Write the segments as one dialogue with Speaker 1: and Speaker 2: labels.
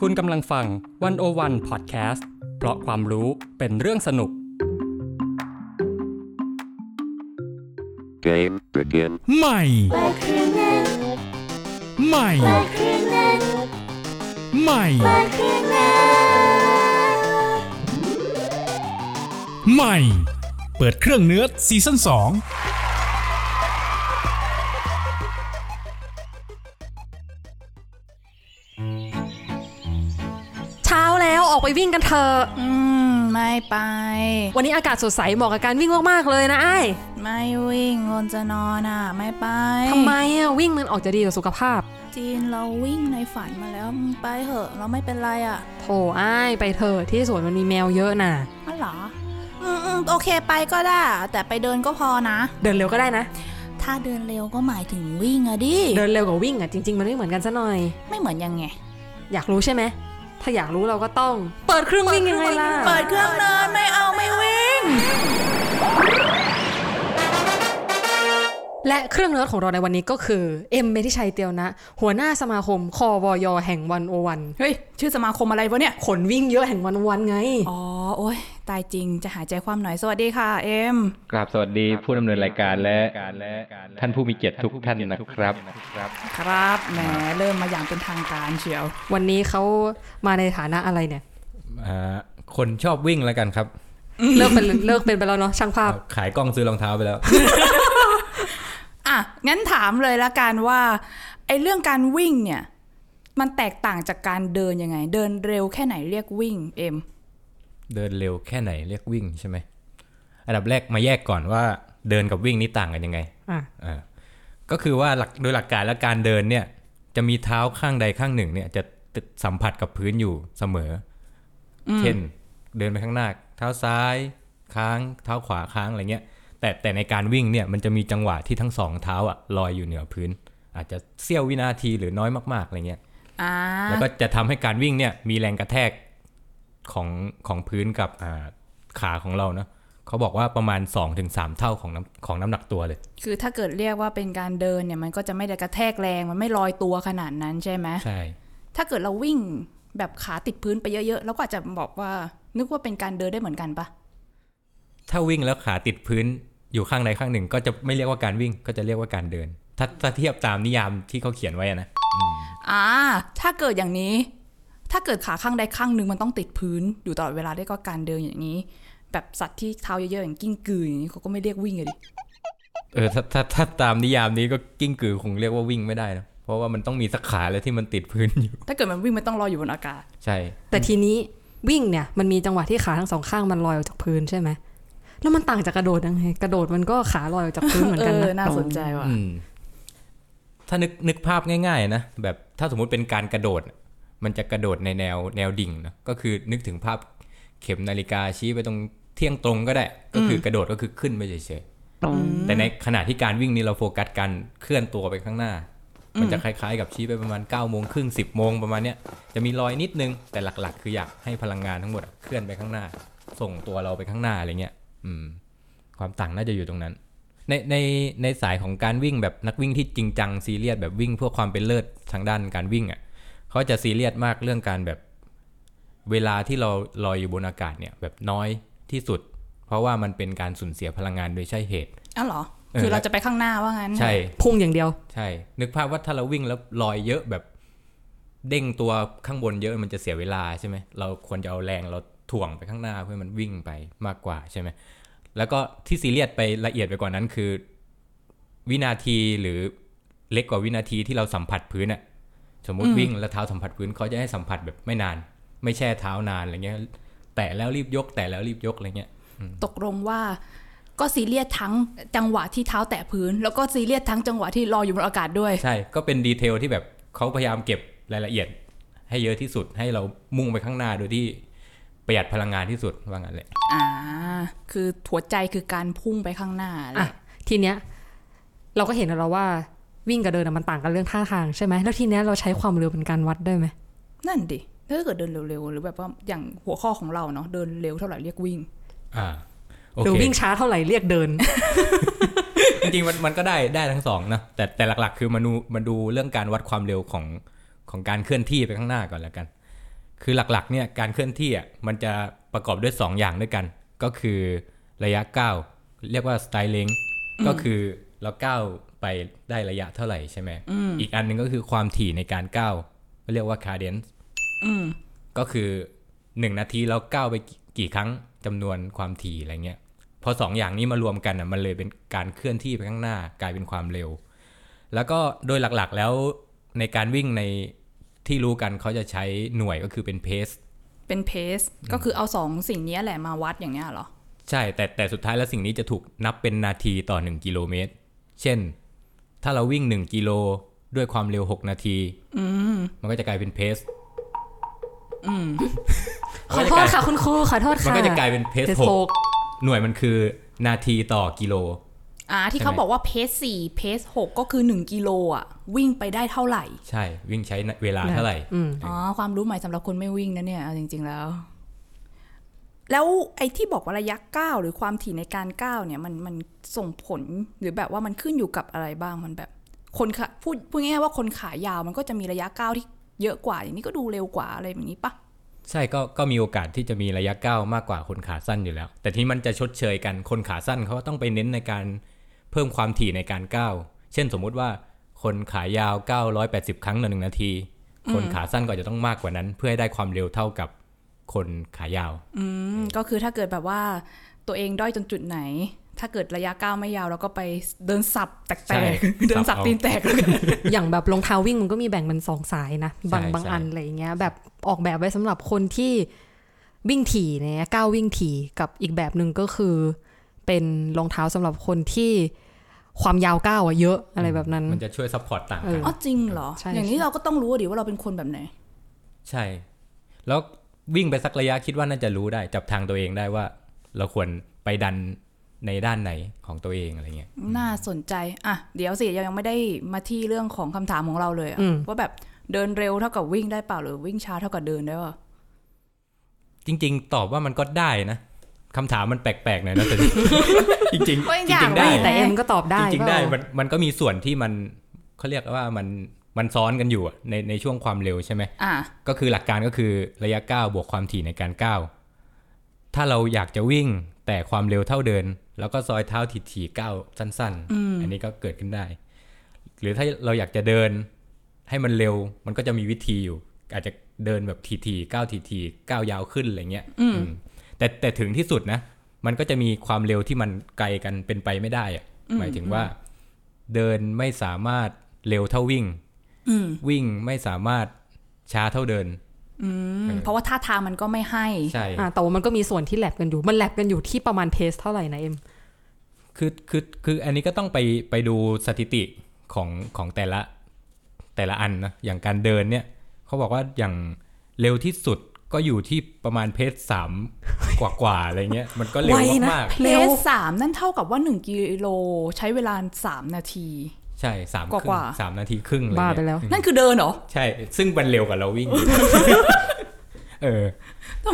Speaker 1: คุณกำลังฟังวันโอวันพอดแคสต์เพราะความรู้เป็นเรื่องสนุก
Speaker 2: Game begin.
Speaker 3: ใหม่
Speaker 4: Bakırmen,
Speaker 3: ใหม่
Speaker 4: Bakırmen,
Speaker 3: ใหม่
Speaker 4: Bakırmen.
Speaker 3: ใหม่ เปิดเครื่องเนื้อซีซั่น2
Speaker 5: เช้าแล้วออกไปวิ่งกันเถอะ
Speaker 6: อืม ไม่ไป
Speaker 5: วันนี้อากาศสดใสเหมาะกับการวิ่งมากๆเลยนะไอ้าย
Speaker 6: ไม่วิ่งคนจะนอนอ่ะ ไม่ไป
Speaker 5: ทำไมอ่ะวิ่งมันออกจะดีต่อสุขภาพ
Speaker 6: จีนเราวิ่งในฝันมาแล้วมึงไปเหอะ เราไม่เป็นไรอ่ะ
Speaker 5: โถไอ้ายไปเถอะที่สวนมันมีแมวเยอะน่ะ
Speaker 6: อ๋อเหรอ อืมอืมโอเคไปก็ได้ แต่ไปเดินก็พอนะ
Speaker 5: เดินเร็วก็ได้นะ
Speaker 6: ถ้าเดินเร็วก็หมายถึงวิ่งอะดิ
Speaker 5: เดินเร็วกับวิ่งอ่ะจริง ๆ มันไม่เหมือนกันซะหน่อย
Speaker 6: ไม่เหมือนยังไง
Speaker 5: อยากรู้ใช่ไหมถ้าอยากรู้เราก็ต้อง เปิดเครื่องวิ่งยังไงล่ะ
Speaker 6: เปิดเครื่องเดินไม่เอาไม่วิ่ง
Speaker 5: และเครื่องเนิร์ดของเราในวันนี้ก็คือเอ็มเมธิชัยเตียวนะ หัวหน้าสมาคมคอวอยแห่งวันโอวัน
Speaker 6: เฮ้ย ชื่อสมาคมอะไรวะเนี่ย
Speaker 5: ขนวิ่งเยอะแห่งวันโอวันไง
Speaker 6: อ๋อ โอ้ยตายจริงจะหายใจความหน่อยสวัสดีค่ะ เอ็ม
Speaker 7: กราบสวัสดีผู้ดำเนินรายการและท่านผู้มีเกียรติทุกท่านนะครับ
Speaker 6: ครับแหมเริ่มมาอย่างเป็นทางการเชียว
Speaker 5: วันนี้เขามาในฐานะอะไรเนี่ย
Speaker 8: อ่าคนชอบวิ่งแล้วกันครับ
Speaker 5: เลิกเป็นเลิกเป็นไปแล้วเนาะช่างภาพ
Speaker 8: ขายกล้องซื้อรองเท้าไปแล้ว
Speaker 6: อ่ะ งั้นถามเลยละกันว่าไอ้เรื่องการวิ่งเนี่ย มันแตกต่างจากการเดินยังไง เดินเร็วแค่ไหนเรียกวิ่งเอ็ม
Speaker 8: เดินเร็วแค่ไหนเรียกวิ่งใช่ไหมอันดับแรกมาแยกก่อนว่าเดินกับวิ่งนี่ต่างกันยังไง
Speaker 5: อ่ะ
Speaker 8: อ่าก็คือว่าหลักโดยหลักการแล้วการเดินเนี่ยจะมีเท้าข้างใดข้างหนึ่งเนี่ยจะติดสัมผัสกับพื้นอยู่เสมออเช่น เดินไปข้างหน้าเท้าซ้ายค้างเท้าขวาค้างอะไรเงี้ย แต่แต่ในการวิ่งเนี่ยมันจะมีจังหวะที่ทั้งสองเท้าอะลอยอยู่เหนือพื้น อาจจะเสี้ยววินาทีหรือน้อยมากๆอะไรเงี้ย
Speaker 6: อ่า
Speaker 8: แล้วก็จะทำให้การวิ่งเนี่ยมีแรงกระแทกของของพื้นกับอ่าขาของเราเนาะเขาบอกว่าประมาณ 2-3ถึงเท่าของน้ำของน้ำหนักตัวเลย
Speaker 6: คือถ้าเกิดเรียกว่าเป็นการเดินเนี่ย มันก็จะไม่ได้กระแทกแรงมันไม่ลอยตัวขนาดนั้นใช่ไหม
Speaker 8: ใช่
Speaker 6: ถ้าเกิดเราวิ่งแบบขาติดพื้นไปเยอะๆเราก็อาจจะบอกว่านึกว่าเป็นการเดินได้เหมือนกันปะ
Speaker 8: ถ้าวิ่งแล้วขาติดพื้นอยู่ข้างใดข้างหนึ่ง ก็จะไม่เรียกว่าการวิ่งก็จะเรียกว่าการเดิน ถ้าถ้าเทียบตามนิยามที่เขาเขียนไว้อะนะ
Speaker 6: อ่า ถ้าเกิดอย่างนี้ ถ้าเกิดขาข้างใดข้างหนึ่งมันต้องติดพื้นอยู่ตลอดเวลาได้ก็การเดินอย่างนี้ แบบสัตว์ที่เท้าเยอะๆอย่างกิ้งกืออย่างนี้เขาก็ไม่เรียกวิ่งเลยดิ
Speaker 8: เออถ้าถ้าถ้าตามนิยามนี้ก็กิ้งกือคงเรียกว่าวิ่งไม่ได้นะเพราะว่ามันต้องมีสักขาแล้วที่มันติดพื้นอยู่
Speaker 6: ถ้าเกิดมันวิ่งมันต้องลอยอยู่บนอากาศ
Speaker 8: ใช่
Speaker 5: แต่ทีนี้วิ่งเนี่ยมันมีจังหวะที่ขาทั้งสองข้างมันลอยออกจากพื้นใช่ไหมแล้วมันต่างจากกระโดดยังไงกระโดดมันก็ขาลอยออกจากพื้นเหมือนกันนะ
Speaker 6: น่าสนใจว่ะ
Speaker 8: อืมถ้านึกนึกภาพง่ายๆนะแบบถ้าสมมุติเป็นการกระโดด มันจะกระโดดในแนวแนวดิ่งนะก็คือนึกถึงภาพเข็มนาฬิกาชี้ไปตรงเที่ยงตรงก็ได้ ก็คือกระโดดก็คือขึ้นไปเฉยๆแต่ในขณะที่การวิ่งนี่เราโฟกัสการเคลื่อนตัวไปข้างหน้า มันจะคล้ายๆ กับชี้ไปประมาณ9ก้าโมงครึ่งสิบโมงประมาณเนี้ยจะมีรอยนิดนึงแต่หลักๆ คืออยากให้พลังงานทั้งหมดอะเคลื่อนไปข้างหน้า ส่งตัวเราไปข้างหน้าอะไรเงี้ยอืม ความต่างน่าจะอยู่ตรงนั้น ในในในสายของการวิ่งแบบนักวิ่งที่จริงจังซีเรียสแบบวิ่งเพื่อความเป็นเลิศทางด้านการวิ่งอ่ะเขาจะซีเรียสมากเรื่องการแบบเวลาที่เราลอยอยู่บนอากาศเนี่ยแบบน้อยที่สุด เพราะว่ามันเป็นการสูญเสียพลังงานโดยใช่เหตุ
Speaker 6: อ้าวเหรอ
Speaker 8: เออ
Speaker 6: คือเราจะไปข้างหน้าว่างั้น
Speaker 8: ใช่
Speaker 5: พุ่งอย่างเดียว
Speaker 8: ใช่ นึกภาพว่าถ้าเราวิ่งแล้วลอยเยอะแบบเด้งตัวข้างบนเยอะมันจะเสียเวลาใช่ไหมเราควรจะเอาแรงเราถ่วงไปข้างหน้าเพื่อให้มันวิ่งไปมากกว่าใช่ไหมแล้วก็ที่ซีเรียสไปละเอียดไปกว่านั้นคือ วินาทีหรือเล็กกว่าวินาทีที่เราสัมผัสพื้นอะสมมติวิ่งแล้วเท้าสัมผัสพื้นเขาจะให้สัมผัสแบบไม่นาน ไม่แช่เท้านานอะไรเงี้ย แต่แล้วรีบยก แต่แล้วรีบยกอะไรเงี้ย
Speaker 6: ตกลงว่าก็ซีเรียสทั้งจังหวะที่เท้าแตะพื้น แล้วก็ซีเรียสทั้งจังหวะที่ลอยอยู่บนอากาศด้วย
Speaker 8: ใช่ ก็เป็นดีเทลที่แบบเขาพยายามเก็บรายละเอียด ให้เยอะที่สุดให้เรามุ่งไปข้างหน้าโดยที่ประหยัดพลังงานที่สุดว่างั้นแหละ
Speaker 6: อ่า คือหัวใจคือการพุ่งไปข้างหน้าแห
Speaker 5: อ่ะ
Speaker 6: ละ
Speaker 5: ทีเนี้ยเราก็เห็นแล้วเราว่าวิ่งกับเดินอะมันต่างกันเรื่องท่าทางใช่ไหมแล้วทีเนี้ยเราใช้ความเร็วเป็นการวัดได้ไหม
Speaker 6: นั่นดิ ถ้าเกิดเดินเร็วๆ หรือแบบว่าอย่างหัวข้อของเราเนาะ เดินเร็วเท่าไหร่เรียกวิ่ง
Speaker 8: อ่าโอ
Speaker 5: หรือ
Speaker 8: เค
Speaker 5: วิ่งช้าเท่าไหร่เรียกเดิน
Speaker 8: จริงๆมันมันก็ได้ได้ทั้งสองนะแต่แต่หลักๆ คือมาดูมาดูเรื่องการวัดความเร็วของของการเคลื่อนที่ไปข้างหน้าก่อนแล้วกัน คือหลักๆเนี่ยการเคลื่อนที่อ่ะมันจะประกอบด้วยสองอย่างด้วยกัน ก็คือระยะก้าวเรียกว่าสไตลิงก็คือเราก้าวไปได้ระยะเท่าไหร่ใช่ไหมอีกอันหนึ่งก็คือความถี่ในการก้าวเรียกว่าคาเดนซ์ก็คือ 1 นาทีเราก้าวไปกี่ครั้งจำนวนความถี่อะไรเงี้ยพอสองอย่างนี้มารวมกันอ่ะมันเลยเป็นการเคลื่อนที่ไปข้างหน้ากลายเป็นความเร็ว แล้วก็โดยหลักๆแล้วในการวิ่งในที่รู้กันเขาจะใช้หน่วยก็คือเป็นเพส
Speaker 6: เป็นเพสก็คือเอาสองสิ่งเนี้ยแหละมาวัดอย่างเงี้ยเหรอ
Speaker 8: ใช่ แต่แต่สุดท้ายแล้วสิ่งนี้จะถูกนับเป็นนาทีต่อ 1 กิโลเมตร เช่น ถ้าเราวิ่ง 1 กิโลด้วยความเร็ว 6 นาที มันก็จะกลายเป็นเพส
Speaker 5: ขอโทษค่ะคุณครูขอโทษค่ะ
Speaker 8: มันก็จะกลายเป็นเพส
Speaker 5: เพจ
Speaker 8: ห
Speaker 5: ห
Speaker 8: ก
Speaker 5: ก
Speaker 8: หน่วยมันคือนาทีต่อกิโล
Speaker 6: อ่าที่เขา
Speaker 8: ใช่ไหม
Speaker 6: บอกว่าเพสสี่เพสหกก็คือหนึ่งกิโลอ่ะ วิ่งไปได้เท่าไหร่
Speaker 8: ใช่วิ่งใช้เวลาเท่าไหร่
Speaker 5: อืม
Speaker 6: อ๋อความรู้ใหม่สำหรับคนไม่วิ่งนะเนี่ยเอาจริง ๆแล้ว แล้วไอ้ที่บอกว่าระยะก้าวหรือความถี่ในการก้าวเนี่ยมันมันส่งผลหรือแบบว่ามันขึ้นอยู่กับอะไรบ้างมันแบบ คนขาพูดพูดง่ายๆว่าคนขายาวมันก็จะมีระยะก้าวที่เยอะกว่าอย่างนี้ก็ดูเร็วกว่าอะไรแบบนี้ปะ
Speaker 8: ใช่ก็ก็มีโอกาสที่จะมีระยะก้าวมากกว่าคนขาสั้นอยู่แล้ว แต่ที่มันจะชดเชยกันคนขาสั้นเขาก็ต้องไปเน้นในการเพิ่มความถี่ในการก้าวเช่นสมมุติว่าคนขายาวก้าว180 ครั้งต่อหนึ่งนาที คนขาสั้นก็อาจจะต้องมากกว่านั้น เพื่อให้ได้ความเร็วเท่ากับคนขายาว
Speaker 6: อืมก็คือถ้าเกิดแบบว่าตัวเองด้อยจนจุดไหน ถ้าเกิดระยะก้าวไม่ยาวเราก็ไปเดินสับแตก
Speaker 8: ใช่
Speaker 6: ๆเดิน
Speaker 8: สั
Speaker 6: สั
Speaker 8: บบ เอา
Speaker 6: ตีนแตกแล้วกัน
Speaker 5: อย่างแบบรองเท้าวิ่งมันก็มีแบ่งเป็นสองสายนะ บาง
Speaker 8: ใช่
Speaker 5: บาง
Speaker 8: ใช่
Speaker 5: อันอะไรอย่างเงี้ย แบบออกแบบไว้สำหรับคนที่วิ่งถี่เนี่ยก้าววิ่งถี่กับอีกแบบหนึ่งก็คือ เป็นรองเท้าสำหรับคนที่ความยาวก้าวอะเยอะอะไรแบบนั้น
Speaker 8: มันจะช่วยซัพพอร์ตต่างกัน
Speaker 5: เออ
Speaker 6: อ๋อจริงเหรอ
Speaker 5: ใช่
Speaker 6: อย่างนี้เราก็ต้องรู้อะดิว่าเราเป็นคนแบบไหน
Speaker 8: ใช่ แล้ววิ่งไปสักระยะคิดว่าน่าจะรู้ได้ จับทางตัวเองได้ว่า เราควรไปดันในด้านไหนของตัวเองอะไรเงี้ย
Speaker 6: น่าสนใจ อ่ะ เดี๋ยวสิยังไม่ได้มาที่เรื่องของคำถามของเราเลยอะ
Speaker 5: อืม
Speaker 6: ว่าแบบเดินเร็วเท่ากับวิ่งได้เปล่าหรือวิ่งช้าเท่ากับเดินได้ป่ะ
Speaker 8: จริงๆ ตอบว่ามันก็ได้นะคำถามมันแปลกๆหน่อยนะแต่ จริงๆจริงๆได้
Speaker 5: เฮ้ยแต่เอ็มก็ตอบได้
Speaker 8: จริงๆได้
Speaker 5: เป
Speaker 8: มั
Speaker 5: ล่าน
Speaker 8: มันก็มีส่วนที่มันเขาเรียกว่ามันมันซ้อนกันอยู่อะในในช่วงความเร็วใช่ไหม
Speaker 6: อ่ะ
Speaker 8: ก็คือหลักการก็คือระยะก้าวบวกความถี่ในการก้าวถ้าเราอยากจะวิ่งแต่ความเร็วเท่าเดิน แล้วก็ซอยเท้าถี่ๆก้าวสั้น ๆ อันนี้ก็เกิดขึ้นได้ หรือถ้าเราอยากจะเดิน ให้มันเร็วมันก็จะมีวิธีอยู่ อาจจะเดินแบบทีๆก้าวทีๆก้าวยาวขึ้นอะไรเงี้ยอืมแต่แต่ถึงที่สุดนะ มันก็จะมีความเร็วที่มันไกลกันเป็นไปไม่ได้อะหมายถึงว่า เดินไม่สามารถเร็วเท่าวิ่ง
Speaker 6: อืม
Speaker 8: วิ่งไม่สามารถช้าเท่าเดิน
Speaker 6: อืมเพราะว่าท่าทางมันก็ไม่ให้
Speaker 8: ใช่
Speaker 5: อ่าแต่ว่ามันก็มีส่วนที่แลบกันอยู่ มันแลบกันอยู่ที่ประมาณเพสเท่าไหร่นะเอ็ม
Speaker 8: คือคือคืออันนี้ก็ต้องไปไปดูสถิติของของแต่ละแต่ละอันนะอย่างการเดินเนี่ยเขาบอกว่าอย่างเร็วที่สุดก็อยู่ที่ประมาณเพจสามกว่ากว่าๆอะไรเงี้ยมันก็เร็ว
Speaker 5: ไวนะ
Speaker 8: มาก
Speaker 6: เพ
Speaker 5: เร็ว
Speaker 6: สสามนั่นเท่ากับว่า 1 กิโลใช้เวลา 3 นาที
Speaker 8: ๆใช่สามครึ่
Speaker 6: ก
Speaker 8: ง
Speaker 6: ว่าๆ
Speaker 8: สามนาทีครึ่งอะไร
Speaker 5: บ้าไป
Speaker 8: เงี้ย
Speaker 5: แล้ว
Speaker 6: นั่นคือเดินเหรอ
Speaker 8: ใช่ ซึ่งมันเร็วกว่าเรา วิ่งอยู่ เออ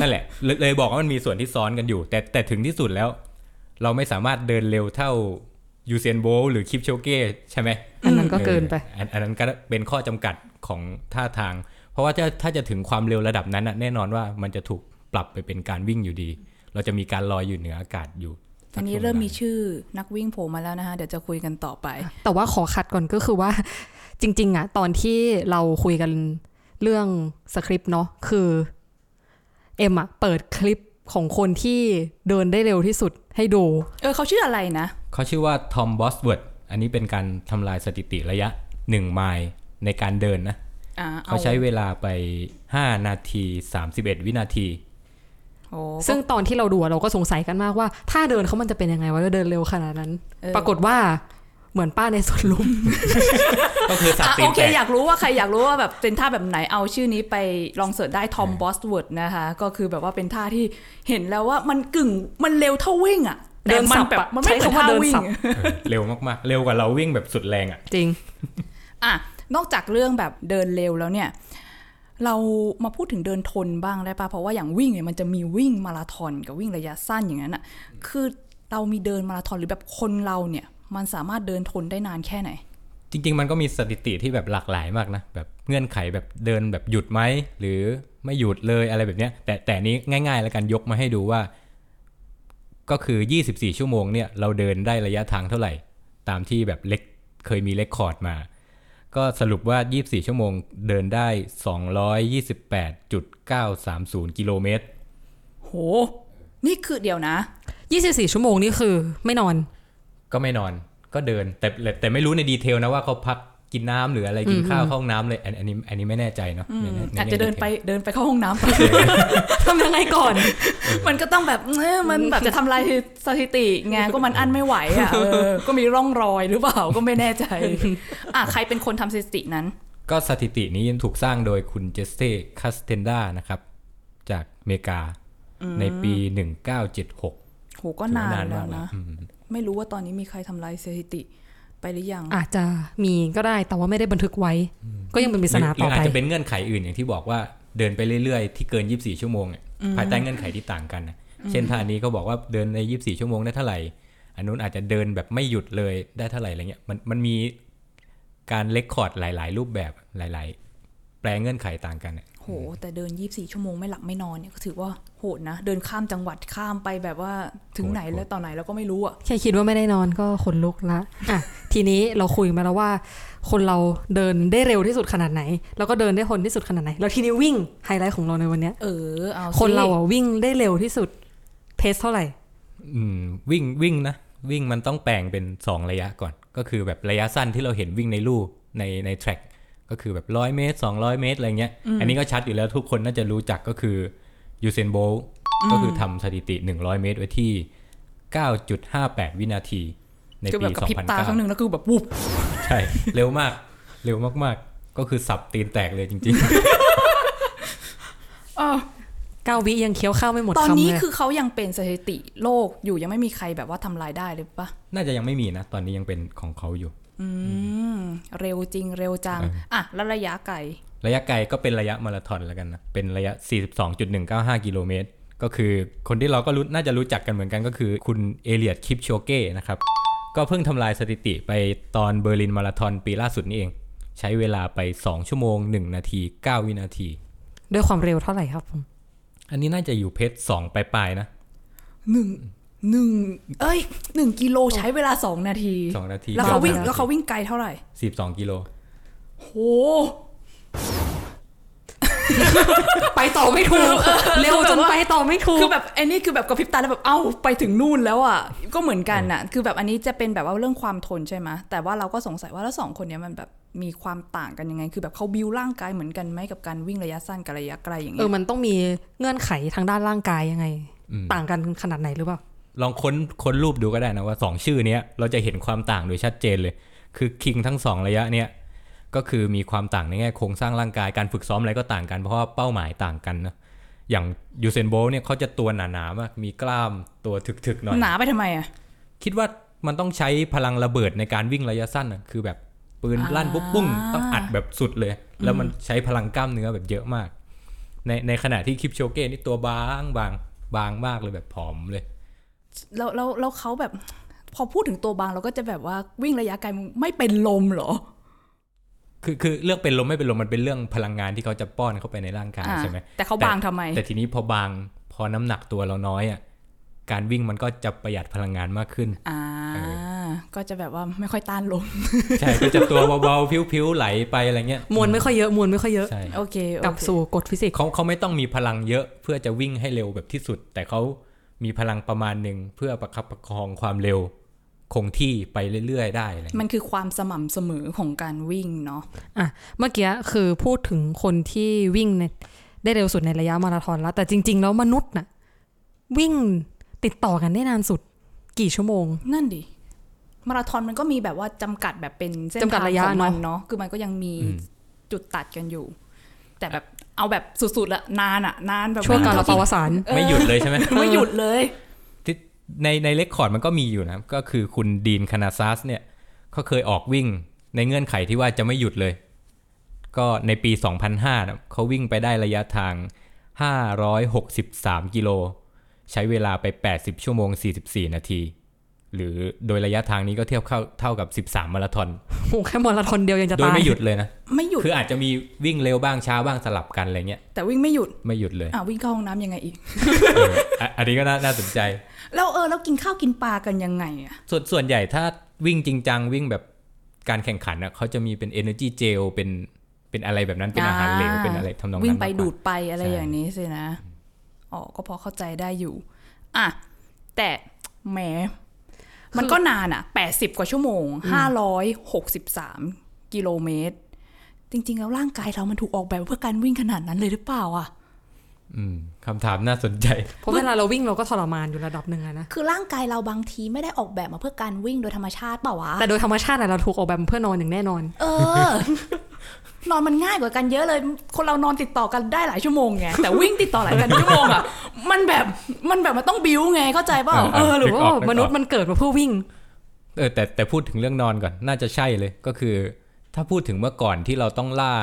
Speaker 8: นั่นแหละเลยเลยบอกว่ามันมีส่วนที่ซ้อนกันอยู่ แต่แต่ถึงที่สุดแล้ว เราไม่สามารถเดินเร็วเท่ายูเซนโบลต์หรือคิปโชเก้ใช่ไหม
Speaker 5: อันนั้นก็เกินไป
Speaker 8: อออันอันนั้นก็เป็นข้อจำกัดของท่าทาง เพราะว่าถ้าถ้าจะถึงความเร็วระดับนั้นน่ะแน่นอนว่ามันจะถูกปรับไปเป็นการวิ่งอยู่ดี เราจะมีการลอยอยู่เหนืออากาศอยู่
Speaker 6: อันนี้เริ่มมีชื่อนักวิ่งโผล่มาแล้วนะคะเดี๋ยวจะคุยกันต่อไป
Speaker 5: แต่ว่าขอขัดก่อนก็คือว่า จริง ๆอะตอนที่เราคุยกันเรื่องสคริปต์เนาะคือ เอ็มอะเปิดคลิปของคนที่เดินได้เร็วที่สุดให้ดู
Speaker 6: เออเขาชื่ออะไรนะ
Speaker 8: เขาชื่อว่าทอมบอสเวิร์ดอันนี้เป็นการทำลายสถิติระยะ1ไมล์ในการเดินนะ
Speaker 6: อ่าอ
Speaker 8: เขาใช้เวลาไป 5 นาที 31 วินาที
Speaker 6: โอ้
Speaker 5: ซึ่งตอนที่เราดูอะเราก็สงสัยกันมากว่า ถ้าเดินเขามันจะเป็นยังไงวะถ้าเดินเร็วขนาดนั้น ปรากฏว่าเหมือนป้าในสวนลุม
Speaker 8: ก็คือสับ
Speaker 6: อ่ะ
Speaker 8: ตี
Speaker 6: โอน เค
Speaker 8: แตก
Speaker 6: อยากรู้ว่าใครอยากรู้ว่าแบบเป็นท่าแบบไหนเอาชื่อนี้ไปลองเสิร์ชได้ทอมบอสเวิร์ดนะคะ ก็คือแบบว่าเป็นท่าที่เห็นแล้วว่ามันกึ่งมันเร็วเท่าวิ่งอะแต่
Speaker 5: เดิน
Speaker 6: มั
Speaker 5: สับ
Speaker 6: แบบ
Speaker 5: อะ
Speaker 6: มันไม่เหมือน
Speaker 5: ใช้คำว่า
Speaker 6: ท่า
Speaker 5: เดิน
Speaker 6: วิ่ง
Speaker 5: สับ
Speaker 8: เร็วมากๆ เร็วกว่าเราวิ่งแบบสุดแรงอ่ะ
Speaker 5: จริง
Speaker 6: อ่ะนอกจากเรื่องแบบเดินเร็วแล้วเนี่ย เรามาพูดถึงเดินทนบ้างได้ปะเพราะว่าอย่างวิ่งเนี่ยมันจะมีวิ่งมาราธอนกับวิ่งระยะสั้นอย่างนั้นอะคือเรามีเดินมาราธอนหรือแบบคนเราเนี่ย มันสามารถเดินทนได้นานแค่ไหน
Speaker 8: จริง ๆ มันก็มีสถิติที่แบบหลากหลายมากนะ แบบเงื่อนไขแบบเดินแบบหยุดไหม หรือไม่หยุดเลยอะไรแบบเนี้ย แต่แต่อันนี้ง่ายๆ แล้วกันยกมาให้ดูว่า ก็คือ 24 ชั่วโมงเนี่ย เราเดินได้ระยะทางเท่าไหร่ ตามที่แบบเล็กเคยมีเลคคอร์ดมา ก็สรุปว่า 24 ชั่วโมงเดินได้ 228.930 กิโลเมตร
Speaker 6: โห นี่คือเดี๋ยวนะ
Speaker 5: 24 ชั่วโมงนี่คือไม่นอน
Speaker 8: ก็ไม่นอนก็เดินแต่แต่แต่ไม่รู้ในดีเทลนะว่าเขาพักกินน้ำหรืออะไรกินข้าวเข้าห้องน้ำเลยอันอันนี้อันนี้ไม่แน่ใจเนาะในใน
Speaker 6: อาจจะเดินไปเดินไปเข้าห้องน้ำไป
Speaker 5: ทำยังไงก่อน
Speaker 6: มันก็ต้องแบบเอ้ยมันแบบจะทำลายสถิติไงก็มันอันไม่ไหวอ่ะเออก็มีร่องรอยหรือเปล่าก็ไม่แน่ใจ อ่ะใครเป็นคนทำสถิตินั้น
Speaker 8: ก็สถิตินี้ถูกสร้างโดยคุณเจสเซ่คัสเทนดานะครับ จากอเมริกาในปี 1976
Speaker 6: โหก็
Speaker 8: ถือว่
Speaker 6: นานแล้ว
Speaker 8: มก
Speaker 6: นะ
Speaker 8: อืม
Speaker 6: ไม่รู้ว่าตอนนี้มีใครทำลายสถิติไปหรือยัง
Speaker 5: อาจจะมีก็ได้แต่ว่าไม่ได้บันทึกไว้ ก็ยังเป็นปริศนา
Speaker 8: หรื
Speaker 5: ต่
Speaker 8: อ
Speaker 5: อ
Speaker 8: อาจ
Speaker 5: ไป
Speaker 8: จะเป็นเงื่อนไขอื่นอย่างที่บอกว่าเดินไปเรื่อยๆ ที่เกิน 24 ชั่วโมงเนี่ยภายใต้เงื่อนไขที่ต่างกันนะเช่นท่านี้ก็บอกว่าเดินใน 24 ชั่วโมงได้เท่าไหร่อันนู้นอาจจะเดินแบบไม่หยุดเลยได้เท่าไหร่อะไรเงี้ยมันมันมีการเลคคอร์ดหลาย ๆ รูปแบบหลาย ๆ แปลเงื่อนไขต่างกันเนี่ย
Speaker 6: โห แต่เดิน 24 ชั่วโมงไม่หลับไม่นอนเนี่ยก็ถือว่าโหดนะ เดินข้ามจังหวัดข้ามไปแบบว่าถึง
Speaker 8: โหด
Speaker 6: ไหน
Speaker 8: โหด
Speaker 6: แล้วตอนไหนแล้วก็ไม่รู้อ่ะ
Speaker 5: แค่คิดว่าไม่ได้นอนก็ขนลุกละอ่ะ ทีนี้เราคุยมาแล้วว่า คนเราเดินได้เร็วที่สุดขนาดไหน แล้วก็เดินได้ทนที่สุดขนาดไหน แล้วทีนี้วิ่งไฮไลท์ของเราในวันเนี้ย
Speaker 6: เออ เอาสิ
Speaker 5: คนเราอ่ะวิ่งได้เร็วที่สุด เพสเท่าไหร่
Speaker 8: อืมวิ่งวิ่งนะ วิ่งมันต้องแปลงเป็น 2 ระยะก่อน ก็คือแบบระยะสั้นที่เราเห็นวิ่งในลู่ในในแทร็กก็คือแบบร้อยเมตร 200 เมตรอะไรเงี้ย อันนี้ก็ชัดอยู่แล้วทุกคนน่าจะรู้จักก็คือยูเซนโบก็คือทำสถิติ 100 เมตรไว้ที่ 9.58 วินาที ใน
Speaker 6: คือ
Speaker 8: ปี
Speaker 6: แบบกระพริบตาครั้งหนึ่
Speaker 8: 2009
Speaker 6: งแล้วคือแบบวุบ
Speaker 8: ใช่ เร็วมาก เร็วมากๆ ก็คือสับตีนแตกเลยจริง
Speaker 5: เก้าวิยังเคี้ยวข้าวไม่หมด
Speaker 6: ตอน
Speaker 5: คำ
Speaker 6: นี้
Speaker 5: เลย
Speaker 6: คือเขายังเป็นสถิติโลกอยู่ยังไม่มีใครแบบว่าทำลายได้เลยปะ
Speaker 8: ๆ น่าจะยังไม่มีนะ ตอนนี้ยังเป็นของเขาอยู่
Speaker 6: อืม เร็วจริงเร็วจัง อ่ะ แล้วระยะไกล
Speaker 8: ระยะไกลก็เป็นระยะมาราธอนแล้วกันนะ เป็นระยะ 42.195 กิโลเมตร ก็คือคนที่เราก็รู้น่าจะรู้จักกันเหมือนกันก็คือคุณเอเลียดคิปโชเก้นะครับ ก็เพิ่งทำลายสถิติไปตอนเบอร์ลินมาราธอนปีล่าสุดนี่เอง ใช้เวลาไป 2 ชั่วโมง 1 นาที 9 วินาที
Speaker 5: ด้วยความเร็วเท่าไหร่ครับผม
Speaker 8: อันนี้น่าจะอยู่เพชร2ปลายๆนะ
Speaker 6: หนึ่งหนึ่งเอ้ยหนึ่งกิโลใช้เวลาสองนาที
Speaker 8: สองนาที
Speaker 6: แล้วเขาวิ่ง
Speaker 8: สองนาที
Speaker 6: แล้วเขาวิ่งไกลเท่าไหร่
Speaker 8: 12 กิโล
Speaker 6: โห
Speaker 5: ไปต่อไม่ถูก เร็วจนไปต่อไม่ถูก
Speaker 6: คือแบบไอ้นี่คือแบบกระพริบตาแล้วแบบเอ้าไปถึงนู่นแล้วอ่ะก็เหมือนกันอ่ะ คือแบบอันนี้จะเป็นแบบว่าเรื่องความทนใช่ไหมแต่ว่าเราก็สงสัยว่าแล้วสองคนเนี้ยมันแบบมีความต่างกันยังไง คือแบบเขาบิวร่างกายเหมือนกันไหมกับการวิ่งระยะสั้นกับระยะไกลอย่าง
Speaker 5: เออ
Speaker 6: เงี้
Speaker 5: ย มันต้องมีเงื่อนไขทางด้านร่างกายยังไง ต่างกันขนาดไหนหรือเปล่า
Speaker 8: ลองค้นค้นรูปดูก็ได้นะว่า 2 ชื่อเนี้ยเราจะเห็นความต่างโดยชัดเจนเลย คือคิงทั้ง 2 ระยะเนี้ยก็คือมีความต่างในแง่โครงสร้างร่างกายการฝึกซ้อมอะไรก็ต่างกัน เพราะว่าเป้าหมายต่างกันนะอย่างยูเซนโบลต์เนี่ยเขาจะตัวหนาๆมากมีกล้ามตัวถึกๆหน่อย
Speaker 6: หนาไปทำไมอ่ะ
Speaker 8: คิดว่ามันต้องใช้พลังระเบิดในการวิ่งระยะสั้นนะคือแบบปืนลั่นปุ๊บปุ้งต้องอัดแบบสุดเลย แล้วมันใช้พลังกล้ามเนื้อแบบเยอะมาก ในในขณะที่คลิปโชเก้นี่ตัวบางบางบางมากเลยแบบผอมเลย
Speaker 6: แล้วแล้วแล้วเขาแบบ พอพูดถึงตัวบางเราก็จะแบบว่าวิ่งระยะไกลมึงไม่เป็นลมเหรอ
Speaker 8: คือคือเรื่องเป็นลมไม่เป็นลมมันเป็นเรื่องพลังงานที่เขาจะป้อนเข้าไปในร่างกาย
Speaker 6: อ่า
Speaker 8: ใช่ไหม
Speaker 6: แต่เขาบางทำไม
Speaker 8: แต่ทีนี้พอบางพอน้ำหนักตัวเราน้อยอ่ะการวิ่งมันก็จะประหยัดพลังงานมากขึ้น
Speaker 6: อ่า ก็จะแบบว่าไม่ค่อยต้านลม
Speaker 8: ใช่ก็จะตัวเบาๆพิ้วๆไหลไปอะไรเงี้ย
Speaker 5: มวลไม่ค่อยเยอะมวลไม่ค่อยเยอะ
Speaker 8: ใช่
Speaker 6: โอเคโอเค
Speaker 5: กลับสู่กฎฟิสิกส์
Speaker 8: เขาเขาไม่ต้องมีพลังเยอะเพื่อจะวิ่งให้เร็วแบบที่สุด แต่เขามีพลังประมาณหนึ่งเพื่อประคับประคองความเร็ว คงที่ไปเรื่อยๆได้อะไรเงี้ย
Speaker 6: มันคือความสม่ำเสมอของการวิ่งเนาะ
Speaker 5: อ่ะเมื่อกี้คือพูดถึงคนที่วิ่งในได้เร็วสุดในระยะมาราธอนแล้ว แต่จริง ๆ แล้วมนุษย์น่ะวิ่งติดต่อกันได้นานสุด กี่ชั่วโมง
Speaker 6: นั่นดิ มาราธอนมันก็มีแบบว่าจำกัดแบบเป็นเส้น
Speaker 5: จำกัด
Speaker 6: ทาง
Speaker 5: ระยะ
Speaker 6: ของมัน
Speaker 5: เนอะ
Speaker 6: เนาะ คือมันก็ยังมีจุดตัดกันอยู่ แต่แบบเอาแบบสุดๆละนานอะนานแบบ
Speaker 5: ชั่วการละปวสาร
Speaker 8: ไม่หยุดเลยใช่ไหม
Speaker 6: ไม่หยุดเลย
Speaker 8: ที่ในในเรคคอร์ดมันก็มีอยู่นะ ก็คือคุณดีนคานาซัสเนี่ยเขาเคยออกวิ่งในเงื่อนไขที่ว่าจะไม่หยุดเลย ก็ในปี 2005นะเขาวิ่งไปได้ระยะทาง 563 กิโล ใช้เวลาไป 80 ชั่วโมง 44 นาที หรือโดยระยะทางนี้ก็เทียบเข้าเท่ากับ 13 มาราธอน
Speaker 5: โหแค่มาราธอนเดียวยังจะ
Speaker 8: โดย
Speaker 5: ตาย
Speaker 8: ไม่หยุดเลยนะ
Speaker 6: ไม่หยุด
Speaker 8: คืออาจจะมีวิ่งเร็วบ้างช้าบ้างสลับกันอะไรเงี้ย
Speaker 6: แต่วิ่งไม่หยุด
Speaker 8: ไม่หยุดเลย
Speaker 6: อ่ะวิ่งเข้าห้องน้ำยังไงอีก
Speaker 8: เอออ่ะอันนี้ก็น่าน่าสนใจ
Speaker 6: แล้วเออแล้วกินข้าวกินปลากันยังไงอ่ะ
Speaker 8: ส่วนส่วนใหญ่ถ้าวิ่งจริงจังวิ่งแบบการแข่งขันนะเขาจะมีเป็น energy gel เป็นเป็นอะไรแบบนั้นเป็นอาหารเหลวเป็นอะไรทำนองนั้น
Speaker 6: วิ่งไป
Speaker 8: มากกา
Speaker 6: ดูดไปอะไร
Speaker 8: ใช่
Speaker 6: อย่างนี้สินะอ๋อก็พอเข้าใจได้อยู่ อ่ะแต่แหมมันก็นานอ่ะ 80 กว่าชั่วโมง 563 กิโลเมตร จริง ๆ แล้วร่างกายเรามันถูกออกแบบเพื่อการวิ่งขนาดนั้นเลยหรือเปล่าอ่ะ
Speaker 8: อืมคำถามน่าสนใจ
Speaker 5: เพราะเวลาเราวิ่งเราก็ทรมานอยู่ระดับหนึ่งอะนะ
Speaker 6: คือร่างกายเราบางทีไม่ได้ออกแบบมาเพื่อการวิ่งโดยธรรมชาติเปล่าวะ
Speaker 5: แต่โดยธรรมชาติอะเราถูกออกแบบเพื่อนอนอย่างแน่นอน
Speaker 6: เออ นอนมันง่ายกว่ากันเยอะเลย คนเรานอนติดต่อกันได้หลายชั่วโมงไง แต่วิ่งติดต่อหลายกันชั่วโมงอ่ะ มันแบบ มันแบบมันต้องบิ้วไง เข้าใจเปล่า
Speaker 8: เอ
Speaker 5: เอ
Speaker 8: อ
Speaker 5: อหรือ
Speaker 8: นึก
Speaker 5: ว่า
Speaker 8: ออกนึกออก
Speaker 5: มนุษย์มันเกิดมาเพื่อวิ่ง
Speaker 8: เออแต่แต่พูดถึงเรื่องนอนก่อนน่าจะใช่เลยก็คือ ถ้าพูดถึงเมื่อก่อนที่เราต้องล่า